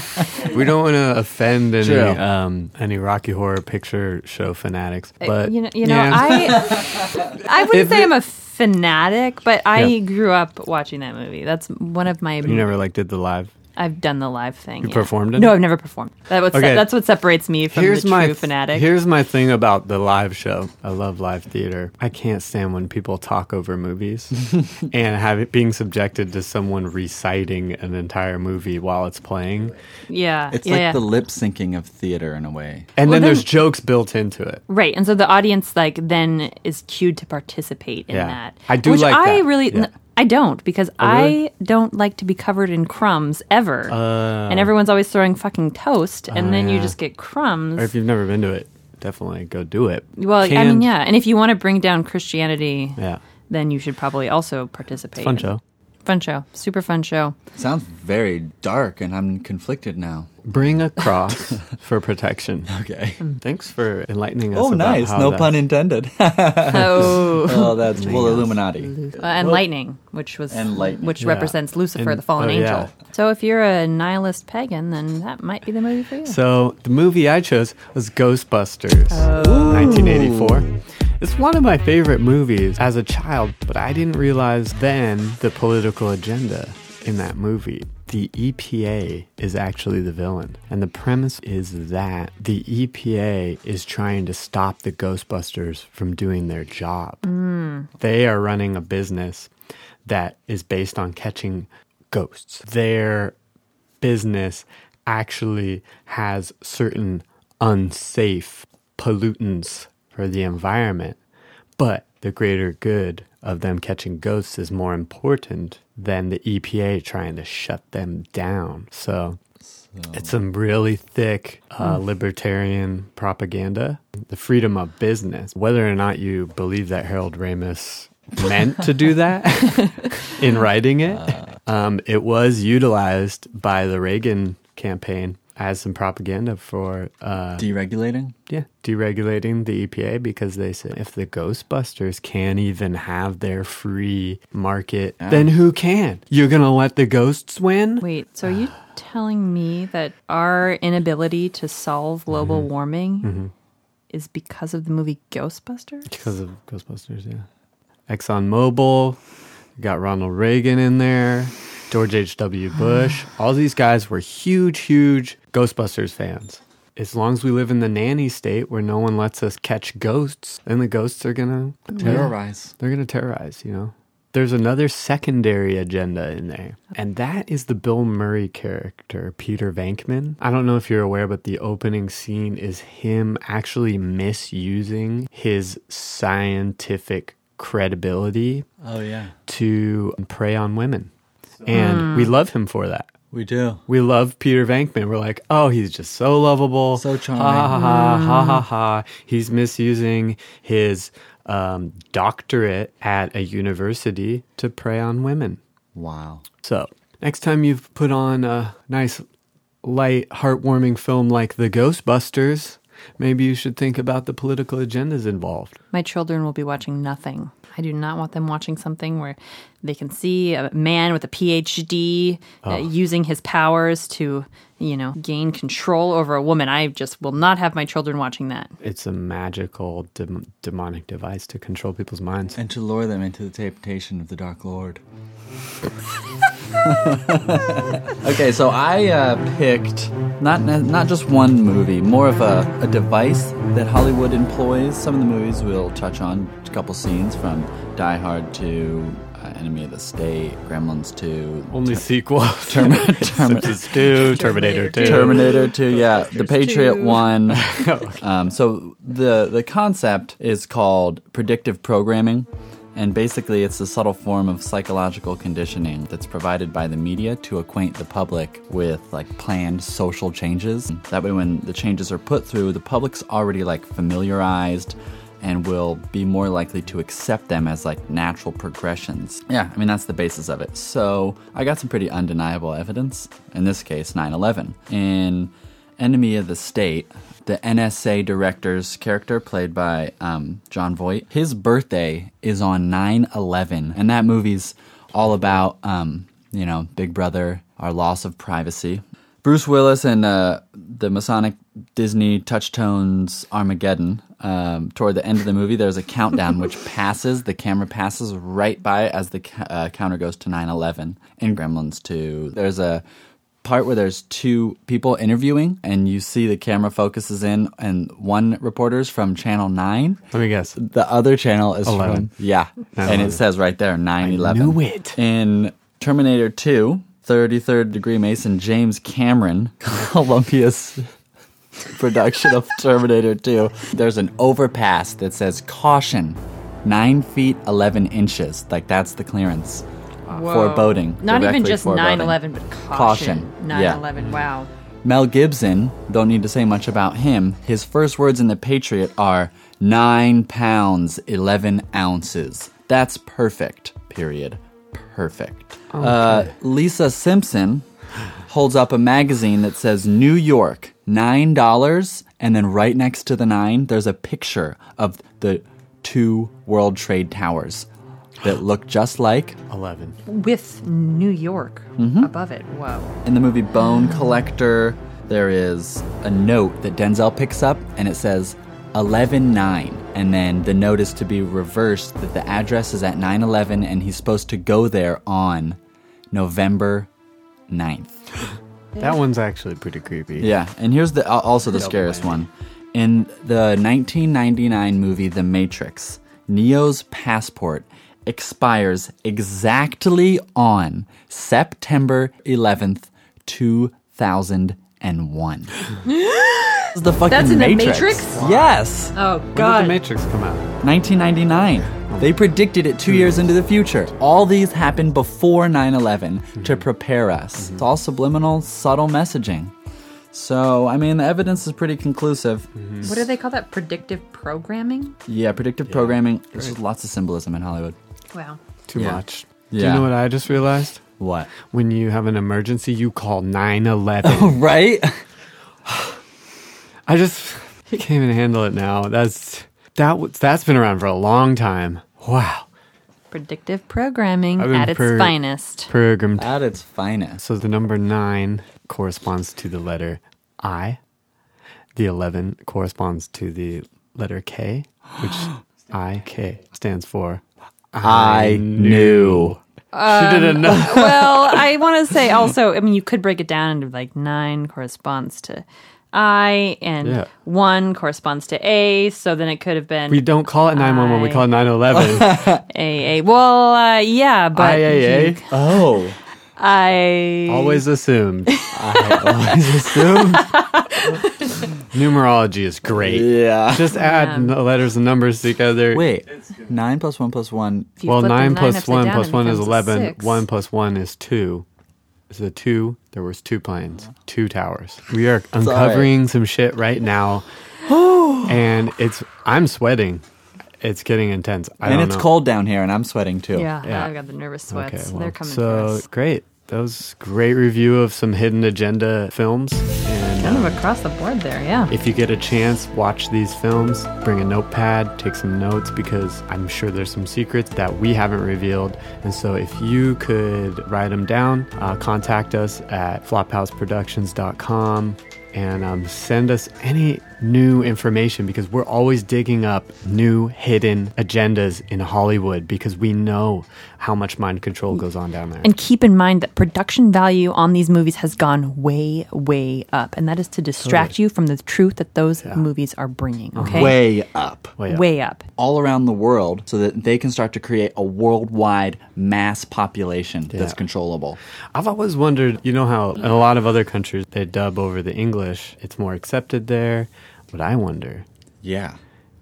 we don't want to offend any
True.
um, any Rocky Horror Picture Show fanatics,
Uh,
but
you know, you know
yeah.
I
<laughs>
I wouldn't
If
say
it-
I'm a fanatic, but I
Yeah.
grew up watching that movie. That's one of my
<laughs> you never like did the live.
I've done the live thing. You
performed it?
No, I've never performed. That what
Okay.
that's what separates me from the true
th-
fanatic.
Here's my thing about the live show. I love live theater. I can't stand when people talk over
<laughs>
movies and have it being subjected to someone reciting an entire movie while it's playing.
yeah.
It's
yeah,
like
yeah.
the lip syncing of theater in a way.
And
Well,
then, there's
then-
jokes built into it.
Right, and so the audience like then is cued to participate in
Yeah.
that.
I do
which
like
I
that.
really
Yeah. Oh,
n- I don't because
really? Oh.
I don't like to be covered in crumbs ever. and everyone's always throwing fucking toast, and then you
yeah.
just get crumbs.
Or if you've never been to it, definitely go do it.
well, I mean,
Canned-
yeah, and if you want to bring down Christianity,
Yeah.
then you should probably also participate.
Fun show.
fun show, super fun
<laughs>
show.
Sounds very dark, and I'm conflicted now. <laughs>
Bring a cross <laughs> for protection.
Okay.
Thanks for enlightening us.
Oh,
about
nice.
how
No
that-
pun intended. <laughs>
Oh,
oh, that's well, Illuminati.
uh, and lightning, which was
And lightning,
which
yeah.
represents Lucifer,
And-
the fallen
oh,
angel.
yeah.
So if you're a nihilist pagan, then that might be the movie for you.
So the movie I chose was Ghostbusters,
Oh.
1984. It's one of my favorite movies as a child, but I didn't realize then the political agenda in that movie. The EPA is actually the villain. And the premise is that the EPA is trying to stop the Ghostbusters from doing their job. They are running a business that is based on catching ghosts. Their business actually has certain unsafe pollutants for the environment, but the greater good of them catching ghosts is more important than the EPA trying to shut them down. So it's some really thick uh, libertarian propaganda. The freedom of business, whether or not you believe that Harold Ramis meant to do that in writing it, um, it was utilized by the Reagan campaign as some propaganda for uh,
Deregulating?
yeah deregulating the EPA because they said if the Ghostbusters can't even have their free market, then who can? You're gonna let the ghosts win?
Wait, so are you telling me that our inability to solve global
Mm-hmm.
warming is because of the movie Ghostbusters?
Because of Ghostbusters, yeah. ExxonMobil, you got Ronald Reagan in there, George H.W. Bush. All these guys were huge, huge Ghostbusters fans. As long as we live in the nanny state where no one lets us catch ghosts, then the ghosts are gonna
Terrorize.
they're going to terrorize, you know? There's another secondary agenda in there, and that is the Bill Murray character, Peter Venkman. I don't know if you're aware, but the opening scene is him actually misusing his scientific credibility
Oh, yeah.
to prey on women. And we love him for that.
We do.
We love Peter Venkman. We're like, oh, he's just so lovable,
So charming. Mm.
Ha ha ha ha ha ha. He's misusing his um, doctorate at a university to prey on women.
Wow.
So next time you've put on a nice, light, heartwarming film like The Ghostbusters, maybe you should think about the political agendas involved.
My children will be watching nothing. I do not want them watching something where they can see a man with a PhD uh, using his powers to, you know, gain control over a woman. I just will not have my children watching that.
It's a magical dem- demonic device to control people's minds.
And to lure them into the temptation of the Dark Lord. <laughs> okay, so I uh, picked not not just one movie, more of a, a device that Hollywood employs. Some of the movies we'll touch on a couple scenes from Die Hard to uh, uh, Enemy of the State, Gremlins 2,
Only sequel.
Terminator, Terminator,
<laughs> Simpsons 2, Terminator 2.
Terminator 2, yeah, The Patriot
2.
<laughs> 1. Um, so the the concept is called predictive programming, and basically it's a subtle form of psychological conditioning that's provided by the media to acquaint the public with like planned social changes. That way, when the changes are put through, the public's already like familiarized. And will be more likely to accept them as like natural progressions. Yeah, I mean, that's the basis of it. So I got some pretty undeniable evidence, in this case, 9 11. In Enemy of the State, the NSA director's character, played by um, John Voight, his birthday is on 9 11. And that movie's all about, um, you know, Big Brother, our loss of privacy. Bruce Willis and uh, the Masonic Disney Touchtones Armageddon. Um, toward the end of the movie, there's a countdown which passes. The camera passes right by as the ca- uh, counter goes to 9 11. In Gremlins 2, there's a part where there's two people interviewing and you see the camera focuses in and one reporter's from channel 9
Let me guess.
the other channel is
11.
from yeah and it says right there 911
knew it.
in terminator 2 33rd degree mason james cameron <laughs> columbia's production of terminator 2 there's an overpass that says caution 9 feet 11 inches like that's the clearance foreboding
Not even
directly
just
foreboding.
9 11, but caution.
Caution,
9
yeah.
11. Wow.
Mel Gibson, don't need to say much about him, his first words in The Patriot are nine pounds, 11 ounces. That's perfect, period. Perfect. Uh, Lisa Simpson holds up a magazine that says New York, $9, and then right next to the nine, there's a picture of the two World Trade Towers that look just like
11.
With New York
Mm-hmm.
above it. Whoa.
In the movie Bone Collector, there is a note that Denzel picks up and it says 11 9. And then the note is to be reversed that the address is at 9 11 and he's supposed to go there on November 9th.
That one's actually pretty creepy.
Yeah, and here's the al- also the scariest one. In the 1999 movie The Matrix, Neo's passport expires exactly on September 11th, 2001. This is the fucking
That's in The
Matrix.
Matrix?
Yes,
Oh,
When did
God.
the Matrix come out?
1999. They predicted it two years into the future. All these happened before 9 11 to prepare us. It's all subliminal, subtle messaging. So, I mean, the evidence is pretty conclusive.
what do they call that? Predictive programming?
Mm-hmm. Yeah, predictive programming. There's just lots of symbolism in Hollywood.
Wow.
Too
Yeah.
much. Do
Yeah.
you know what I just realized?
What?
When you have an emergency, you call
Oh. <laughs>
911.
Right?
I just <laughs> I can't even handle it now. That's that w- that's been around for a long time. Wow.
Predictive programming
I've been
at its
per-
finest.
Programmed.
At its finest.
So the number 9 corresponds to the letter I. The 11 corresponds to the letter K,
<gasps>
which IK stands for
I knew.
She didn't know.
well, I
<laughs>
want to say also, I mean, you could break it down into like nine corresponds to I and
Yeah.
one corresponds to A. So then it could have been
We don't call it 911, we
I-
call it 911.
AA. Well, uh, yeah, but
IAA.
Oh.
I <laughs>
Always assumed. always assumed.
<laughs>
Numerology is great.
Yeah.
Just add n- letters and numbers
<laughs>
together.
Wait. 9 plus 1 plus 1.
if you
Well,
flip the
9 plus
upside
1
down,
plus
it
1 is
becomes a
11.
six.
1 plus 1 is 2. So the 2, there was two planes, two towers. We are
all right.
uncovering some shit
<gasps>
right now. and it's I'm sweating. It's getting intense. I
and
don't
it's
know.
cold down here, and I'm sweating too.
Yeah,
Yeah.
I've got the nervous sweats.
well,
They're coming
so
for us.
great. That was great review of some hidden agenda films. And
Kind
um,
of across the board there, yeah.
if you get a chance, watch these films. Bring a notepad, take some notes because I'm sure there's some secrets that we haven't revealed. And so, if you could write them down, uh, contact us at flophouseproductions.com and um, send us any new information because we're always digging up new hidden agendas in Hollywood because we know how much mind control goes on down there.
And keep in mind that production value on these movies has gone way, way up. And that is to distract you from the truth that those movies are bringing. Okay?
Way up.
Way up.
Way up.
all around the world so that they can start to create a worldwide mass population that's controllable.
I've always wondered, you know how in a lot of other countries they dub over the English, it's more accepted there. What I wonder
Yeah.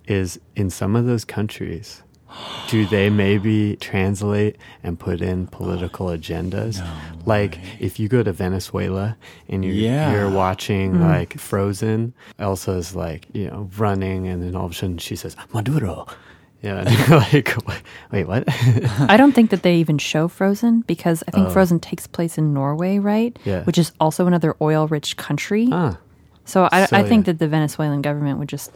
is in some of those countries, do they maybe translate and put in political agendas? like if you go to Venezuela and you're,
Yeah.
you're watching like Frozen, Elsa's like, you know, running and then all of a sudden she says, Maduro. Yeah. <laughs> and you're like, wait, what?
I don't think that they even show Frozen because I think Frozen takes place in Norway, right?
Oh. Yeah.
Which is also another oil rich country.
Ah.
So I,
So,
I think
yeah.
that the Venezuelan government would just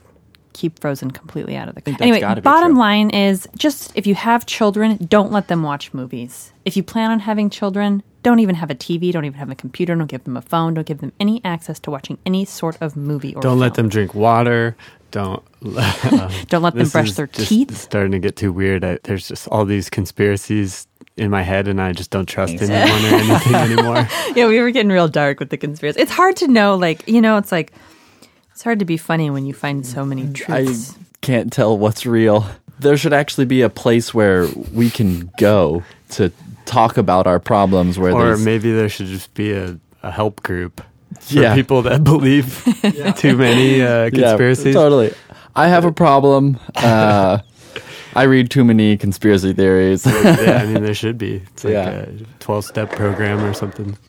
keep Frozen completely out of the country.
that's
Anyway,
gotta be
bottom
true.
line is just if you have children, don't let them watch movies. If you plan on having children, don't even have a TV, don't even have a computer, don't give them a phone, don't give them any access to watching any sort of movie or
Don't let
film.
them drink water. Don't
don't let them
This
brush
is
their
just
teeth.
Starting to get too weird. I, there's just all these conspiracies in my head, and I just don't trust anyone or
<laughs>
anything anymore.
yeah, we were getting real dark with the conspiracy. It's hard to know, like you know, it's like it's hard to be funny when you find so many
I
truths.
can't tell what's real. There should actually be a place where we can go to talk about our problems where
Or
there's
maybe there should just be a, a help group for
Yeah.
people
<laughs>
that <laughs> believe too many uh,
Yeah,
conspiracies.
totally. I have a problem. Uh, <laughs> I read too many conspiracy theories. <laughs>
<laughs> yeah, I mean, there should be. It's like
Yeah.
a 12 step program or something.
<laughs>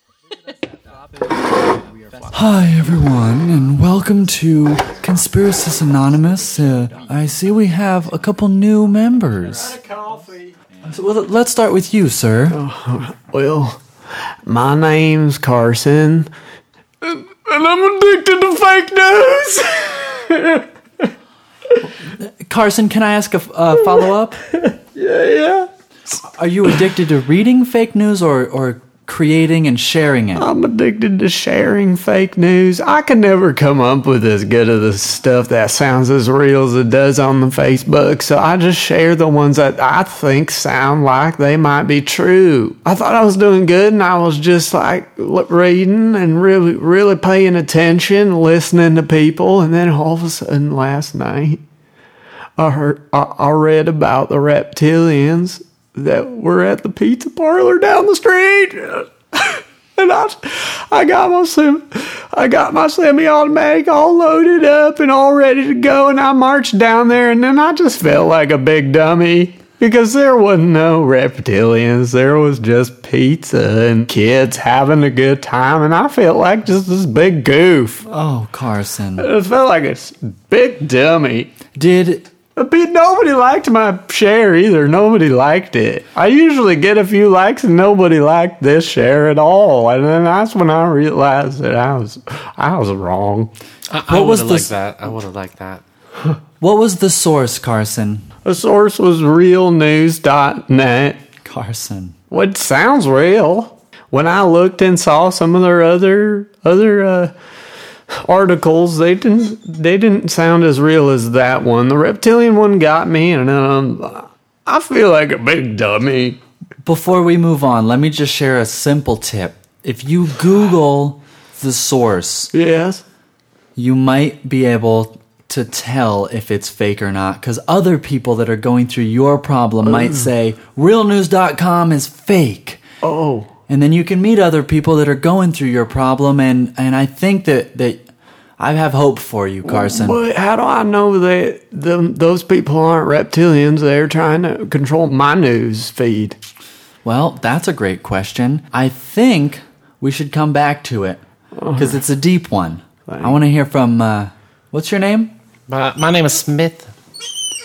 Hi, everyone, and welcome to Conspiracists Anonymous. Uh, I see we have a couple new members. So, well, let's start with you, sir.
<laughs> Well, my name's Carson, and I'm addicted to fake news. <laughs>
Carson, can I ask a follow up?
<laughs> yeah, yeah.
Are you addicted to reading fake news or, or creating and sharing
Oh.
it?
I'm addicted to sharing fake news. I can never come up with as good of the stuff that sounds as real as it does on the Facebook, so I just share the ones that I think sound like they might be true. I thought I was doing good and I was just like l- reading and really, really paying attention, listening to people, and then all of a sudden last night, I heard, I, I read about the reptilians that were at the pizza parlor down the street. And I, I got my sem- I got my semi-automatic all loaded up and all ready to go, and I marched down there, and then I just felt like a big dummy because there wasn't no reptilians, there was just pizza and kids having a good time, and I felt like just this big goof.
Oh, Carson.
I felt like a s- big dummy.
Did.
But be- nobody liked my share either. Nobody liked it. I usually get a few likes, and nobody liked this share at all. And then that's when I realized that I was I was wrong.
What was the, s-
that. I would have liked that.
<laughs> what was the source, Carson?
The source was realnews.net.
Carson.
What sounds real. When I looked and saw some of their other other uh, articles, they didn't they didn't sound as real as that one. The reptilian one got me, and um, I feel like a big dummy.
Before we move on, let me just share a simple tip. If you Google the source,
Yes.
you might be able to tell if it's fake or not because other people that are going through your problem might say, realnews.com is fake.
Oh.
and then you can meet other people that are going through your problem and and i think that that i have hope for you carson
But how do I know that them, those people aren't reptilians? They're trying to control my news feed.
well that's a great question i think we should come back to it because it's a deep one i want to hear from uh, what's your name
My, my name is Smith.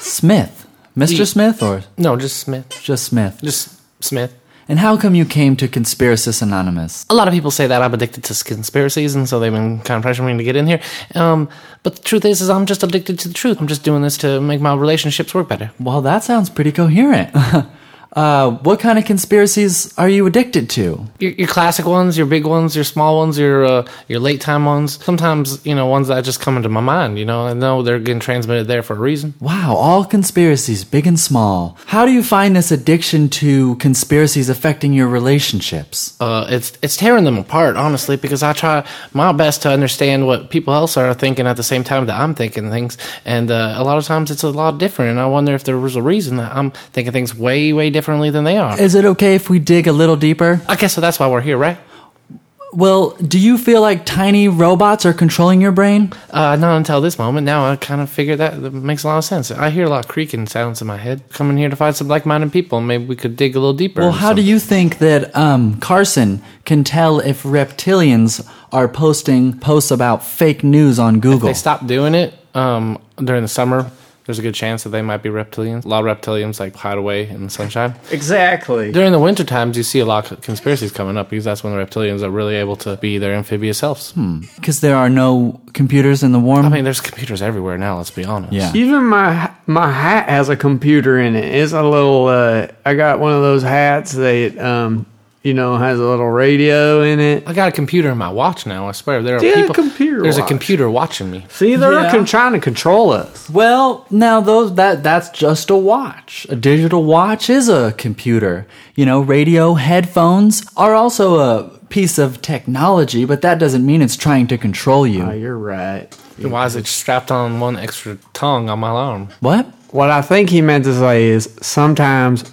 smith mr
Ye-
smith or
No, just Smith.
just smith
Just Smith.
and how come you came to conspiracists anonymous
A lot of people say that I'm addicted to conspiracies, and so they've been kind of pressuring me to get in here. Um, but the truth is, is I'm just addicted to the truth. I'm just doing this to make my relationships work better.
well that sounds pretty coherent
<laughs> Uh, what kind of conspiracies are you addicted to?
your, your classic ones, your big ones, your small ones, your uh, your late time ones. Sometimes you know ones that just come into my mind. You know, I know they're getting transmitted there for a reason.
Wow, all conspiracies, big and small. How do you find this addiction to conspiracies affecting your relationships?
Uh, it's it's tearing them apart, honestly, because I try my best to understand what people else are thinking at the same time that I'm thinking things, and uh, a lot of times it's a lot different. And I wonder if there was a reason that I'm thinking things way way differently than they are.
Is it okay if we dig a little deeper?
I guess so. That's why we're here, right?
Well, do you feel like tiny robots are controlling your brain?
Uh, not until this moment. Now I kind of figure that, that makes a lot of sense. I hear a lot of creaking sounds in my head. Coming here to find some like-minded people, and maybe we could dig a little deeper.
Well, how do
Some-
you think that um, Carson can tell if reptilians are posting posts about fake news on Google?
They stopped doing it um, during the summer. There's a good chance that they might be reptilians. A lot of reptilians like hide away in the sunshine.
exactly.
During the winter times, you see a lot of conspiracies coming up because that's when the reptilians are really able to be their amphibious selves.
Because there are no computers in the warm.
I mean, there's computers everywhere now. Let's be honest.
yeah.
Even my my hat has a computer in it. It's a little. Uh, I got one of those hats that um, you know has a little radio in it.
I got a computer in my watch now. I swear there are
Yeah,
people.
computer
there's a
watch.
computer watching me.
See, they're
Yeah.
con- trying to control us.
Well, now those that that's just a watch. A digital watch is a computer. You know, radio headphones are also a piece of technology, but that doesn't mean it's trying to control you.
Oh, you're right.
Then Why is it strapped on one extra tongue on my arm?
what?
What I think he meant to say is sometimes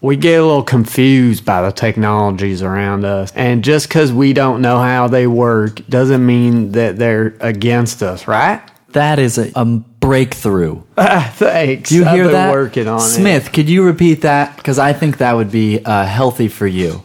we get a little confused by the technologies around us. And just because we don't know how they work doesn't mean that they're against us, right?
That is a, a breakthrough.
Thanks.
Do you
I've
hear
been
that?
working on it.
Smith, could you repeat that? Because I think that would be uh, healthy for you.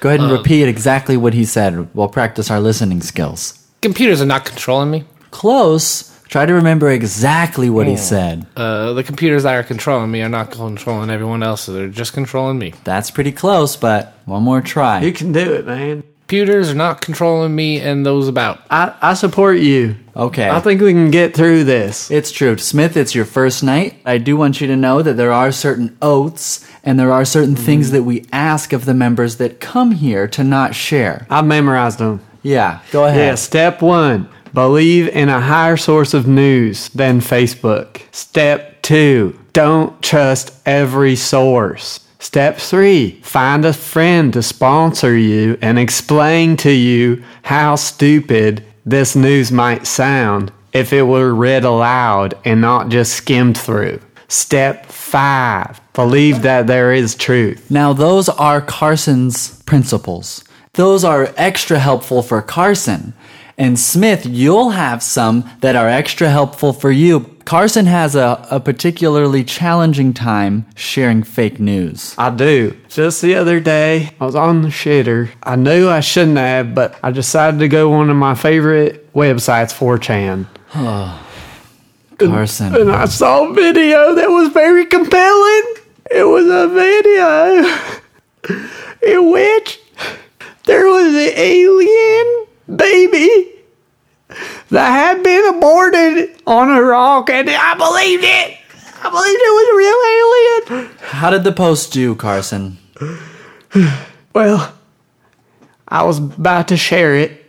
Go ahead and
Um,
repeat exactly what he said. We'll practice our listening skills.
Computers are not controlling me.
Close. Try to remember exactly what
Oh.
he said.
Uh, the computers that are controlling me are not controlling everyone else. So they're just controlling me.
That's pretty close, but one more try.
You can do it, man.
Computers are not controlling me and those about.
I, I support you.
Okay.
I think we can get through this.
It's true. Smith, it's your first night. I do want you to know that there are certain oaths and there are certain
Mm-hmm.
things that we ask of the members that come here to not share.
I memorized them.
Yeah, go ahead.
Yeah, step one believe in a higher source of news than Facebook. Step two don't trust every source. Step three find a friend to sponsor you and explain to you how stupid this news might sound if it were read aloud and not just skimmed through. Step five believe that there is truth.
Now, those are Carson's principles. Those are extra helpful for Carson. And Smith, you'll have some that are extra helpful for you. Carson has a, a particularly challenging time sharing fake news.
I do. Just the other day, I was on the shitter. I knew I shouldn't have, but I decided to go one of my favorite websites, 4chan.
Carson.
Uh, And I saw a video that was very compelling. It was a video <laughs> in which there was an alien baby that had been aborted on a rock, and I believed it. I believed it was a real alien.
How did the post do, Carson?
Well, I was about to share it,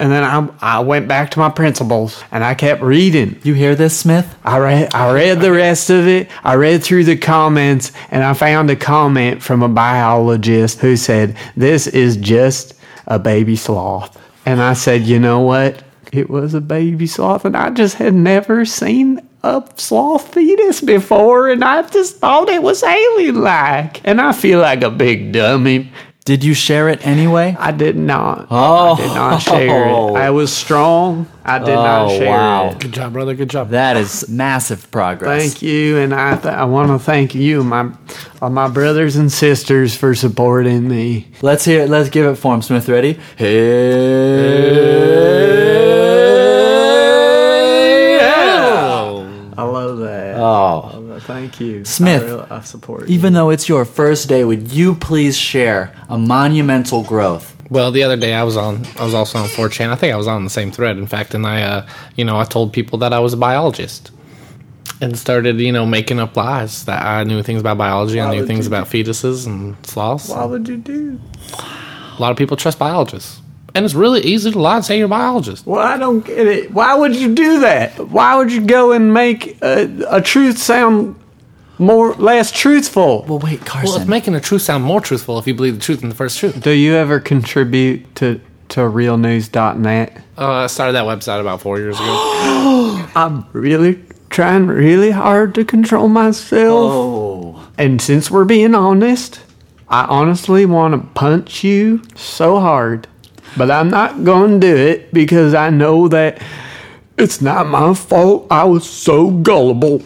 and then I I went back to my principles and I kept reading.
You hear this, Smith?
I read I read the rest of it. I read through the comments and I found a comment from a biologist who said, "This is just a baby sloth." And I said, "You know what? It was a baby sloth and I just had never seen a sloth fetus before and I just thought it was alien like. And I feel like a big dummy
Did you share it anyway?
I did not.
Oh.
I did not share <laughs> it. I was strong. I did not
Oh,
share
wow.
it.
Good job, brother. Good job.
That is massive progress.
Thank you, and I th- I want to thank you, my uh, my brothers and sisters, for supporting me.
Let's hear it. Let's give it form, Smith. Ready?
Oh!
I love that.
Oh.
Thank you,
Smith.
I, real- I support you.
Even though it's your first day, would you please share a monumental growth?
Well, the other day I was on, I was also on 4chan. I think I was on the same thread, in fact, and I, uh, you know, I told people that I was a biologist. and started, you know, making up lies that I knew things about biology, I knew things about fetuses and sloths. Why would you do? A lot of people trust biologists, and it's really easy to lie and say you're a biologist.
Well, I don't get it. Why would you do that? Why would you go and make a, a truth sound more less truthful?
Well, wait,
Well, it's
Carson.
making the truth sound more truthful if you believe the truth in the first truth.
Do you ever contribute to to realnews.net?
Uh, I started that website about four
<gasps>
years ago.
I'm really trying really hard to control myself. And since we're being honest, I honestly want to punch you so hard. But I'm not going to do it because I know that it's not my fault. I was so gullible.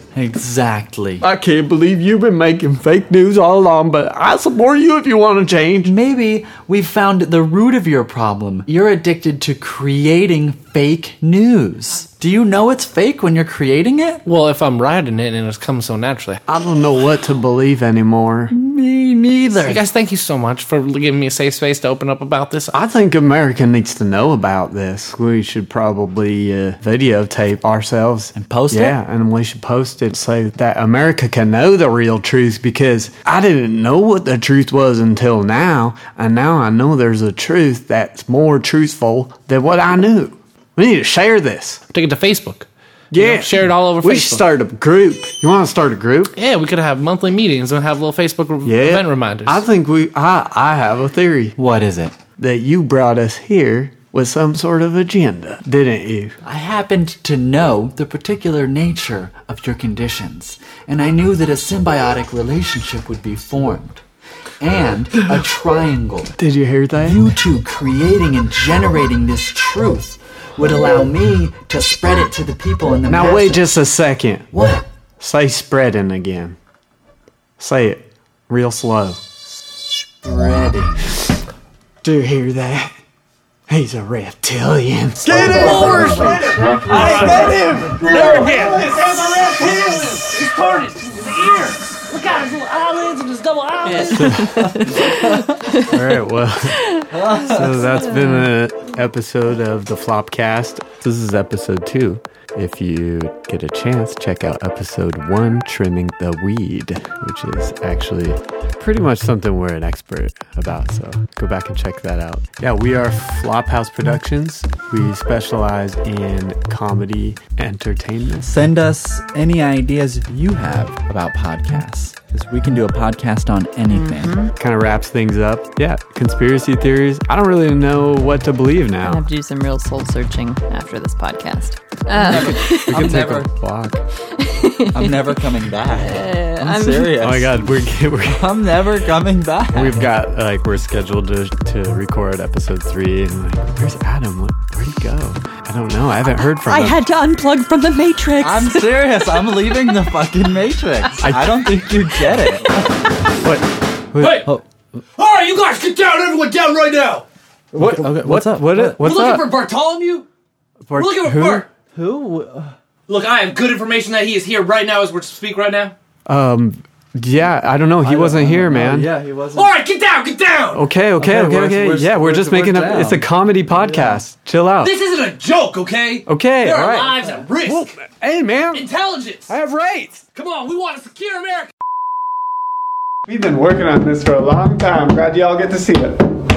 Exactly.
I can't believe you've been making fake news all along, but I support you if you want to change.
Maybe we found the root of your problem. You're addicted to creating fake news. Do you know it's fake when you're creating it?
well, if I'm writing it and it's come so naturally.
I don't know what to believe anymore.
Me
You
neither.
guys, thank you so much for giving me a safe space to open up about this.
I think America needs to know about this. We should probably uh, videotape ourselves
And post it?
Yeah, and we should post it so that America can know the real truth because I didn't know what the truth was until now, and now I know there's a truth that's more truthful than what I knew. We need to share this.
Take it to Facebook.
Yeah,
know, share it all over
We
Facebook.
should start a group. You want to start a group?
Yeah, we could have monthly meetings and have little Facebook re-
Yeah.
event reminders.
I think we. I I have a theory.
What is it?
that you brought us here with some sort of agenda, didn't you?
I happened to know the particular nature of your conditions, and I knew that a symbiotic relationship would be formed. And a triangle.
Did you hear that?
You two creating and generating this truth would allow me to spread it to the people in the
now wait
masses.
just a second.
What?
Say spreading again. Say it real slow.
Spreading.
Do you hear that? He's a reptilian. All right, well, so that's been an episode of the Flopcast. This is episode two. If you get a chance, check out episode one, Trimming the Weed, which is actually pretty much something we're an expert about. So go back and check that out. Yeah, we are Flophouse Productions. We specialize in comedy entertainment.
Send us any ideas you have about podcasts, because we can do a podcast on anything.
Kind of wraps things up. Yeah, conspiracy theories. I don't really know what to believe
I
now.
have to do some real soul searching after this podcast.
We can
I'm
take
never-
a walk.
I'm never coming back. I'm, serious.
Oh my God, we're, <laughs> we're
I'm never coming back.
We've got uh, like we're scheduled to, to record episode three, and like, where's Adam? What, where'd he go? I don't know. I haven't heard from
I
him.
had to unplug from the Matrix.
I'm serious. I'm leaving the fucking Matrix. I, don't think you get it.
What-
Hey!
Oh.
All right, you guys, get down! Everyone down right now!
what, okay,
what's up?
What,
What-
what's
We're looking
up?
for Bartholomew.
For
We're looking for
who?
Bart.
Who?
Look, I have good information that he is here right now as we're to speak right now.
Um, yeah, I don't know. He wasn't here, man.
Yeah, he wasn't.
All right, get down, get down!
Okay, okay,
Okay,
okay,
we're-
okay.
we're-
yeah, we're,
we're-
just
we're
making up.
down.
It's a comedy podcast. Chill out.
This isn't a joke, okay?
Okay,
There are
all right.
lives at risk.
Whoa, hey, man.
Intelligence.
have rights.
Come on, we want to secure America.
We've been working on this for a long time. Glad y'all get to see it.